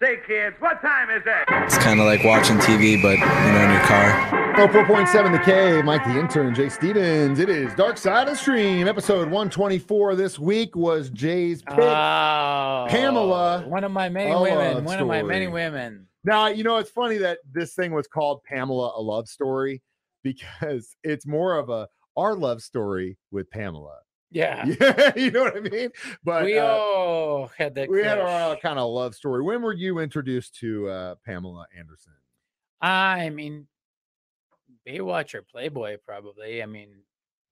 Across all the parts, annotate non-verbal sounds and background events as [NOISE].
Say, kids, what time is it? It's kind of like watching TV, but you know, in your car. 104.7 The K, Mike the Intern, Jay Stevens. It is Dark Side of Stream, episode 124. This week was Jay's pick. Oh, Pamela Oh, uh, One of my many a love women. One of my many story. women. Now, you know, it's funny that this thing was called Pamela a Love Story because [LAUGHS] it's more of a our love story with Pamela. Yeah. [LAUGHS] Yeah, you know what I mean? But we uh, all had that. we had our crush. kind of love story. When were you introduced to uh, Pamela Anderson? I mean, Baywatch or Playboy, probably. I mean,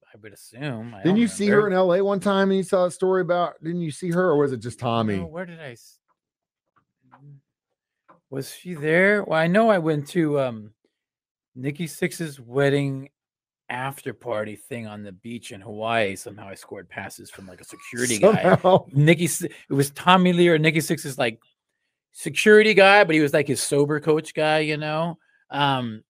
I would assume. I Didn't don't you see her remember. in LA one time and you saw a story about, didn't you see her or was it just Tommy? No, where did I? s- mm-hmm. Was she there? Well, I know I went to um, Nikki Six's wedding after party thing on the beach in Hawaii. Somehow I scored passes from like a security [LAUGHS] guy. Somehow- Nikki, S- it was Tommy Lee or Nikki Six's like security guy, but he was like his sober coach guy, you know. Um,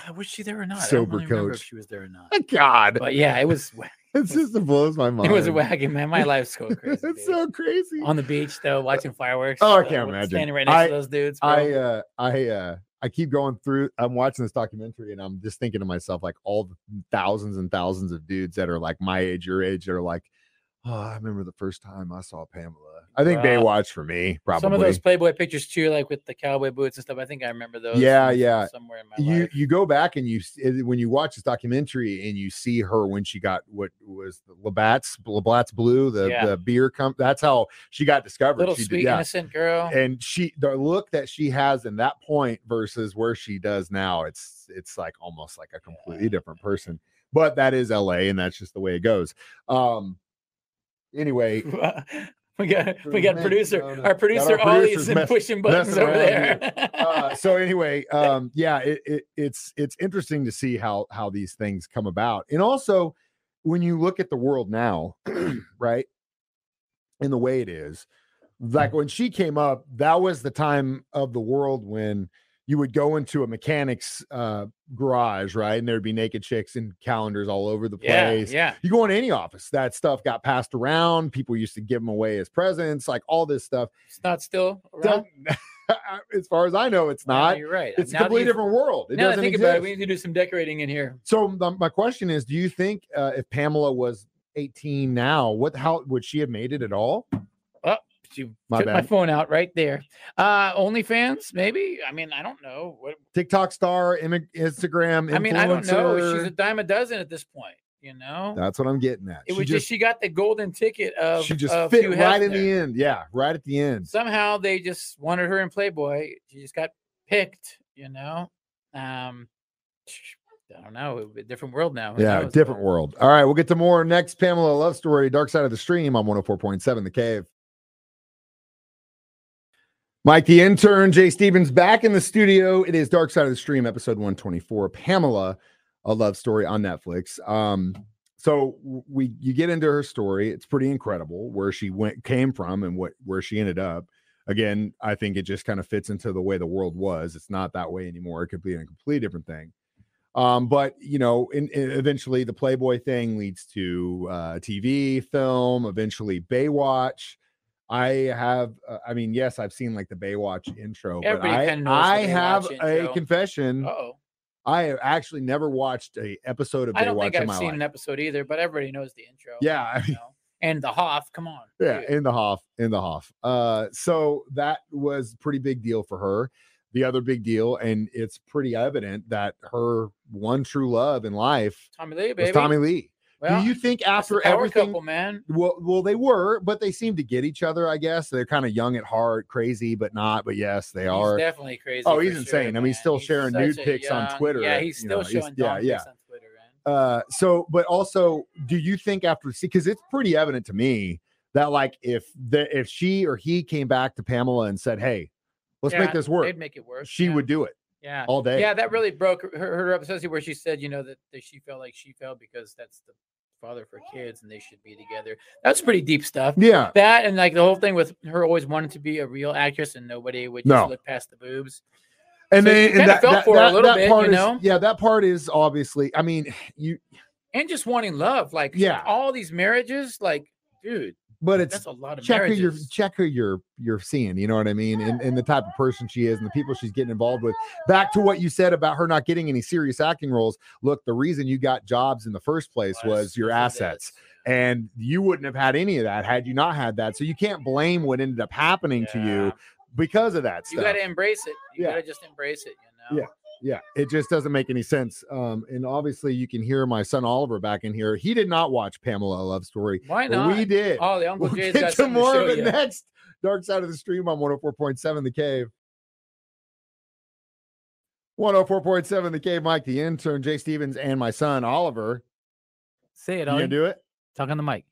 God, was she there or not? Sober I don't really remember if coach. she was there or not. God, But yeah, it was wa- [LAUGHS] this just blows my mind. it [LAUGHS] was wacky, man. My life's going crazy. it's dude. so crazy. on the beach though, watching fireworks. oh, I uh, can't with- imagine. Standing right next I- to those dudes. Bro. I uh I uh I keep going through I'm watching this documentary and I'm just thinking to myself like all the thousands and thousands of dudes that are like my age, your age that are like, Oh, I remember the first time I saw Pamela. I think Bruh. Baywatch for me, uh, probably. Some of those Playboy pictures too, like with the cowboy boots and stuff. I think I remember those. Yeah, from yeah. Somewhere in my you life. you go back and you s- it- when you watch this documentary and you see her when she got what was the Labatt's Labatt's Blue, the, Yeah. the beer comp that's how she got discovered. Little she sweet innocent girl. and she the look that she has in that point versus where she does now it's it's like almost like a completely different person but that is la and that's just the way it goes um anyway we got we got Ferment, producer. no, no. Our Got producer our Ollie's producers and mess- pushing buttons messing over around there. uh, so anyway um yeah it, it it's it's interesting to see how how these things come about and also when you look at the world now [CLEARS THROAT] right and the way it is like when she came up that was the time of the world when you would go into a mechanic's uh garage right and there'd be naked chicks and calendars all over the [LAUGHS] yeah, place yeah. you go in any office that stuff got passed around people used to give them away as presents like all this stuff It's not still around. Don't- [LAUGHS] as far as i know it's No, not You're right. it's a Now that completely you- different world. It Now that I doesn't think exist. about it, we need to do some decorating in here. so the, my question is, do you think uh, if Pamela was 18 now, what how would she have made it at all? You My took my bad. phone out right there. Uh OnlyFans, maybe. I mean, I don't know. What TikTok star, immi- Instagram influencer. I mean, I don't know. She's a dime a dozen at this point, you know? That's what I'm getting at. it she was just, just, she got the golden ticket of she just of fit Hugh right in the Hefner. end. Yeah, right at the end. Somehow they just wanted her in Playboy. She just got picked, you know? Um I don't know. It would be a different world now. Who Yeah, knows? different world. All right, we'll get to more next. Pamela love story, dark side of the stream on 104.7 The Cave. Mike the intern, Jay Stevens back in the studio. It is Dark Side of the Stream, episode 124. Pamela, a love story on Netflix. Um, so w- we you get into her story. It's pretty incredible where she went came from and what where she ended up. Again, I think it just kind of fits into the way the world was. It's not that way anymore. It could be a completely different thing. Um, but you know, in, in- eventually the Playboy thing leads to uh, TV, film, eventually Baywatch. I have, uh, I mean, yes, I've seen like the Baywatch intro, but Everybody I, kinda knows the I have Baywatch a intro. Oh. confession. Uh-oh. I have actually never watched a episode of Baywatch I don't think in I've my seen life. an episode either, but everybody knows the intro. Yeah, I you know? and the Hoff. Come on. Yeah, dude. in the Hoff, in the Hoff. Uh, so that was pretty big deal for her. The other big deal, and it's pretty evident that her one true love in life Tommy Lee, was baby. Tommy Lee. Well, Do you think that's the after power everything? couple, man. Well, well, they were, but they seemed to get each other. I guess they're kind of young at heart, crazy, but not. But yes, they He's are. definitely crazy. Oh, for he's insane. I mean, he's man. still sharing such nude a pics on Twitter, Yeah, he's you still know, he's- showing yeah, dog yeah. pics on Twitter. Man. uh so but also do you think after see because it's pretty evident to me that like if the if she or he came back to pamela and said hey let's Yeah, make this work They'd make it work. she yeah, would do it Yeah. all day Yeah, that really broke her, her up, especially where she said, you know, that, that she felt like she failed because that's the father for kids and they should be together. That's pretty deep stuff. yeah That and like the whole thing with her always wanting to be a real actress and nobody would just No. look past the boobs. and So you then and kinda that, felt that, for her a that- little that bit, you part is know? yeah that part is obviously i mean you and just wanting love. Like, Yeah. all these marriages, like, dude, but it's That's a lot of check who you're marriages. check who you're you're seeing you know what i mean and, and the type of person she is and the people she's getting involved with back to what you said about her not getting any serious acting roles look the reason you got jobs in the first place was your Yes, it assets is. and you wouldn't have had any of that had you not had that so you can't blame what ended up happening to Yeah. you because of that You stuff got to embrace it. You Yeah. got to just embrace it. You know. yeah it just doesn't make any sense um and obviously you can hear my son oliver back in here he did not watch pamela a love story Why but not? we did Oh, the [LAUGHS] Uncle we'll Jay's get got to something more to show of it you. next. Dark side of the stream on 104.7 The Cave. 104.7 The Cave, Mike, the intern, Jay Stevens, and my son, Oliver. Say it, You gonna Ollie. do it? Talk on the mic.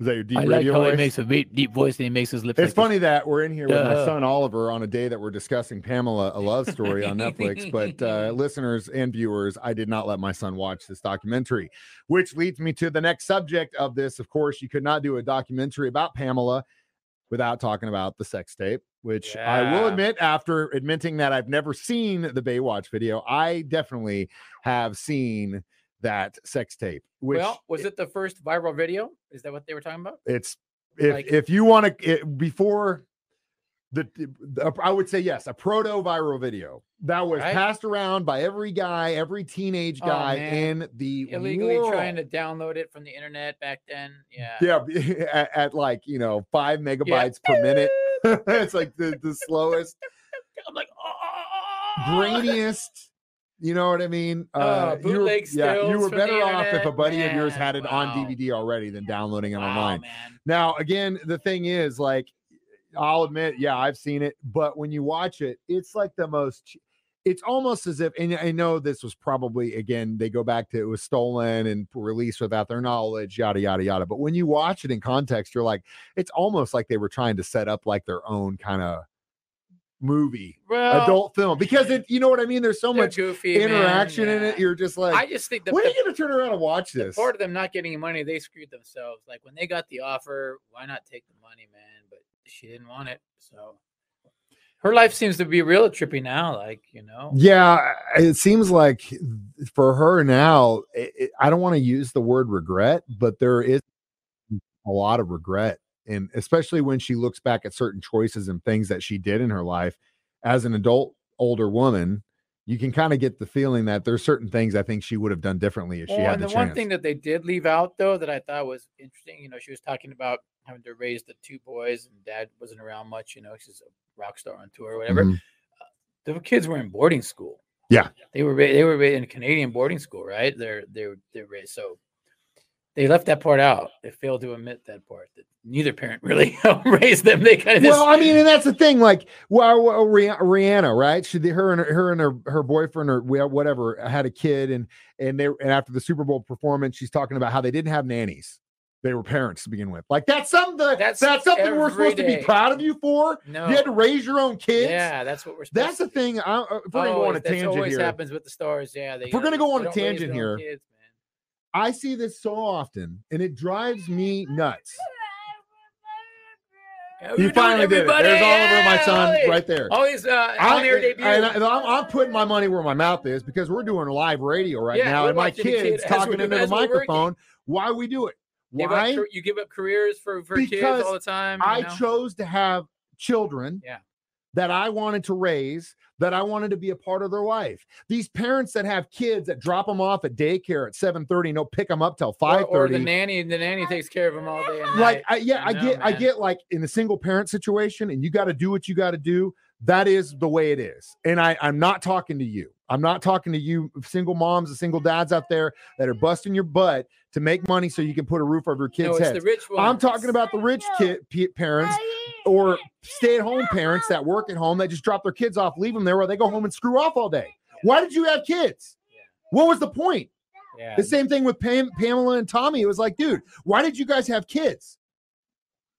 Is that your deep I like radio how he voice? makes a deep, deep voice and he makes his lips. It's like funny that we're in here with my Yeah. son Oliver on a day that we're discussing Pamela, a love story [LAUGHS] on Netflix. But uh, listeners and viewers, I did not let my son watch this documentary, which leads me to the next subject of this. Of course, you could not do a documentary about Pamela without talking about the sex tape, which I will Yeah. admit, after admitting that I've never seen the Baywatch video, I definitely have seen that sex tape, which well, was it the first viral video? Is that what they were talking about? it's if Like- if you want to before the, the- I would say yes, a proto viral video that was Right? passed around by every guy, every teenage Oh, guy man. in the Illegally world. trying to download it from the internet back then. Yeah. yeah [LAUGHS] at, at like you know five megabytes per [LAUGHS] minute. [LAUGHS] it's like the the slowest, I'm like, oh, grainiest. You know what I mean? Uh, you were, bootleg yeah, you stills were from the better off if a internet, buddy of yours man, had it wow. on DVD already than downloading it wow, online. Oh, man. Now, again, the thing is, like, I'll admit, yeah, I've seen it, but when you watch it, it's like the most. It's almost as if, and I know this was probably again they go back to it was stolen and released without their knowledge, yada yada yada. But when you watch it in context, you're like, it's almost like they were trying to set up like their own kind of movie, Well, adult film, because it, you know what I mean. There's so they're much goofy, man, interaction in it. yeah. You're just like, I just think that when the are you gonna turn around and watch this? part of them not getting money, they screwed themselves. Like when they got the offer, why not take the money, man? But she didn't want it, so her life seems to be real trippy now. Like you know, Yeah, it seems like for her now, it, it- I don't want to use the word regret, but there is [LAUGHS] a lot of regret. And especially when she looks back at certain choices and things that she did in her life as an adult, older woman, you can kind of get the feeling that there's certain things I think she would have done differently if she Oh, had and the, the, chance. one thing that they did leave out though that I thought was interesting, you know, she was talking about having to raise the two boys, and dad wasn't around much. You know, she's a rock star on tour or whatever. Mhm. the kids were in boarding school. Yeah. they were ra- they were ra- in Canadian boarding school, right? They're they're they're raised so they left that part out. They failed to admit that part that neither parent [LAUGHS] really raised them. They kind of Well, I mean, and that's the thing. Like, well, well, Rih- Rihanna, right? She, her and her, her and her, her boyfriend or wh- whatever had a kid, and and they and after the Super Bowl performance, she's talking about how they didn't have nannies; they were parents to begin with. Like, that's something. that- That's That's, something we're every supposed to day. be proud of you for. no, You had to raise your own kids. yeah, that's what we're. Supposed That's to the do. thing. I, uh, if we're gonna go on a Always- that's tangent always here, happens with the stars. Yeah, they, If we're gonna don't- go they on a don't raise tangent their own here, kids, man. I see this so often, and it drives me nuts. Yeah, we're You doing finally did it. everybody, There's Oliver, my yeah, son, Ollie. right there. Ollie's uh, on air debut. and I, and I'm, I'm putting my money where my mouth is because we're doing live radio right Yeah, now, we're and my watching the kid kids as talking we're- into the as we're working. microphone. Why we do it? Give up Why car- you give up careers for, for kids Because all the time? you I know? chose to have children Yeah. that I wanted to raise, that I wanted to be a part of their life. These parents that have kids that drop them off at daycare at 7:30 and don't pick them up till Or- Or the 5:30. nanny, the nanny takes care of him all day. And like night. I, yeah, I I, know, get I man. get like in a single parent situation, and you got to do what you got to do. That is the way it is, and I I'm not talking to you. I'm not talking to you single moms and single dads out there that are busting your butt to make money so you can put a roof over your no, kids' it's the heads. rich one. I'm talking about the rich kid p- parents or stay-at-home parents that work at home that just drop their kids off, leave them there, while they go home and screw off all day. Why did you have kids? What was the point? Yeah. The same thing with Pam, Pamela and Tommy. It was like, dude, why did you guys have kids?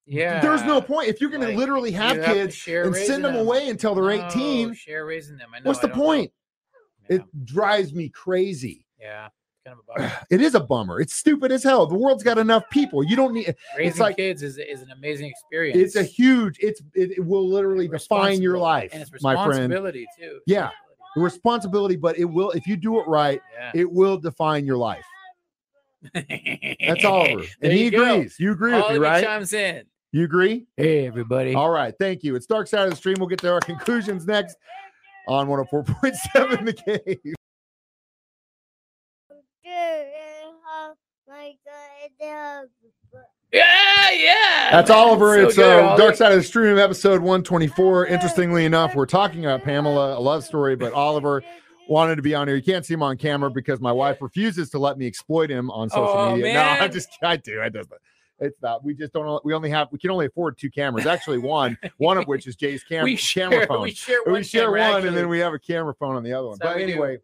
yeah. there's no point if you're going like, to literally You have to kids share and raising send them away until they're No, 18 Share raising them. I know, what's the I don't know. point Yeah. it drives me crazy yeah. It's Kind of [SIGHS] a bummer. it is a bummer it's stupid as hell the world's got enough people you don't need Raising like- kids is, is an amazing experience. it's a huge it's it, it will literally define your Responsibility. life And it's my friend responsibility too. Yeah. responsibility but it will if you do it right Yeah. it will define your life That's [LAUGHS] Oliver. And he agrees. You agree with me, right? chimes in. You agree? Hey, everybody. All right. Thank you. It's Dark Side of the Stream. We'll get to our conclusions next on 104.7 The Cave. like the Yeah, yeah. That's man, Oliver. so it's good, uh, Oliver. Dark Side of the Stream, episode 124. Interestingly enough, we're talking about Pamela, a love story, [LAUGHS] but Oliver wanted to be on here. You can't see him on camera because my wife refuses to let me exploit him on social Oh, media. No, I man. just I do. I just it's not. We just don't. We only have. We can only afford two cameras. Actually, one. One of which is Jay's camera. [LAUGHS] We camera share, phone we share we one. share camera, one and actually. then we have a camera phone on the other one. That's how But we do. anyway,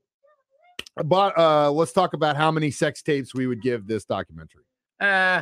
but uh, let's talk about how many sex tapes we would give this documentary. Uh,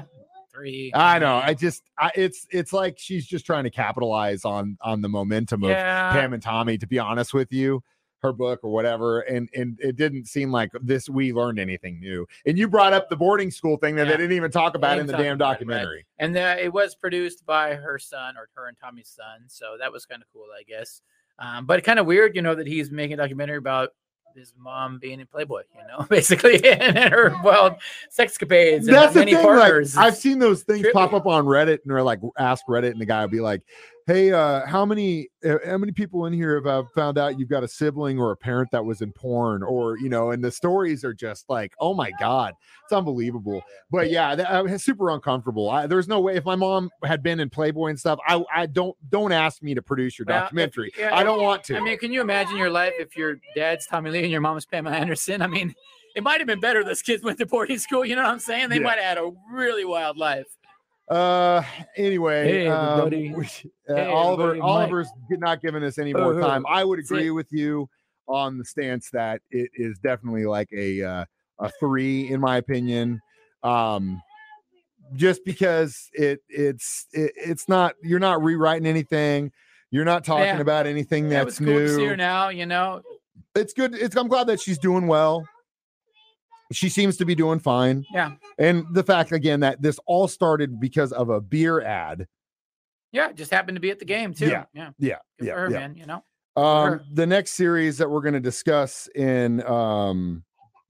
three. I know. I just I, it's it's like she's just trying to capitalize on on the momentum of yeah. Pam and Tommy. To be honest with you, her book or whatever, and and it didn't seem like this. We learned anything new. And you brought up the boarding school thing that Yeah. they didn't even talk about in didn't the talk damn about it, right. documentary. and uh, it was produced by her son or her and Tommy's son, so that was kind of cool, I guess. Um, but kind of weird, you know, that he's making a documentary about his mom being a Playboy, you know, [LAUGHS] basically, and her wild sexcapades. And That's the many thing. Like, partners. I've seen those things pop trippy. up on Reddit, and they're like, ask Reddit, and the guy will be like, "Hey, uh, how many uh, how many people in here have uh, found out you've got a sibling or a parent that was in porn, or you know?" And the stories are just like, "Oh my god, it's unbelievable." But yeah, that, uh, it's super uncomfortable. I, there's no way if my mom had been in Playboy and stuff, I I don't don't ask me to produce your Well, if- documentary. yeah, I don't want to. I mean, can you imagine your life if your dad's Tommy Lee and your mom's Pamela Anderson? I mean, it might have been better those kids went to boarding school. You know what I'm saying? They Yeah. might have had a really wild life. Uh, anyway, Hey, um, everybody. we- uh, Hey, Oliver, everybody, Mike. Oliver's g- not giving us any more Uh, Uh-huh. time. I would See- agree with you on the stance that it is definitely like a uh, a three, in my opinion. Um, just because it it's it, it's not you're not rewriting anything. You're not talking Yeah. about anything that that's was cool to see new. her now. You know, it's good. It's I'm glad that she's doing well. She seems to be doing fine. Yeah. And the fact again that this all started because of a beer ad. yeah, just happened to be at the game too. Yeah. yeah, Yeah. Good yeah. for her, yeah. man. You know. Um, her. the next series that we're going to discuss in um,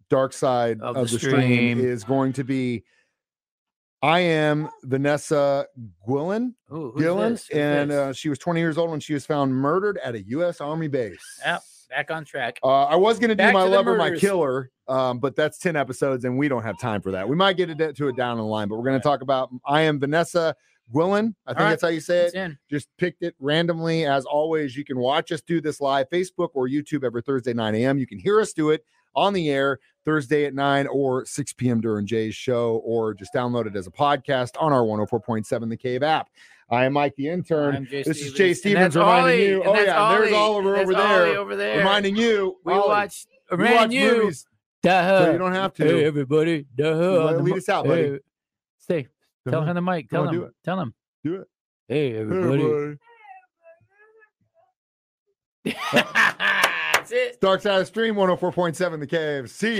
Dark Side of, Of the the stream. Stream. is going to be I am Vanessa Gwillen, Ooh, who's Gillen, this? Who's and this? uh, she was 20 years old when she was found murdered at a U.S. Army base. Yep. Back on track. Uh, I was going to do Back my to the love or my murders. killer, um, but that's 10 episodes and we don't have time for that. We might get it uh, to it down the line, but we're going to talk about I am Vanessa Gwillen. I think right. that's how you say it It's in. just picked it randomly. As always, you can watch us do this live Facebook or YouTube every Thursday, 9 a.m. You can hear us do it on the air Thursday at 9 or 6 p.m. during Jay's show, or just download it as a podcast on our 104.7 The Cave app. I am Mike the intern, I'm Jay this is Jay and Stevens that's reminding Ollie, you- and oh, that's yeah, and there's Ollie, Oliver and over that's there, Ollie over there. reminding you, we Ollie, watched. you Reminding watch you. movies, Duh. so you don't have to. Hey, everybody. Duh. on the lead mi- us out, buddy. Hey, Stay. Go Tell ahead. him the mic. Go Tell on, do him. Tell him. Do it. Hey, everybody. Everybody. That's it. [LAUGHS] oh Dark Side of the Stream 104.7 The Cave. See you.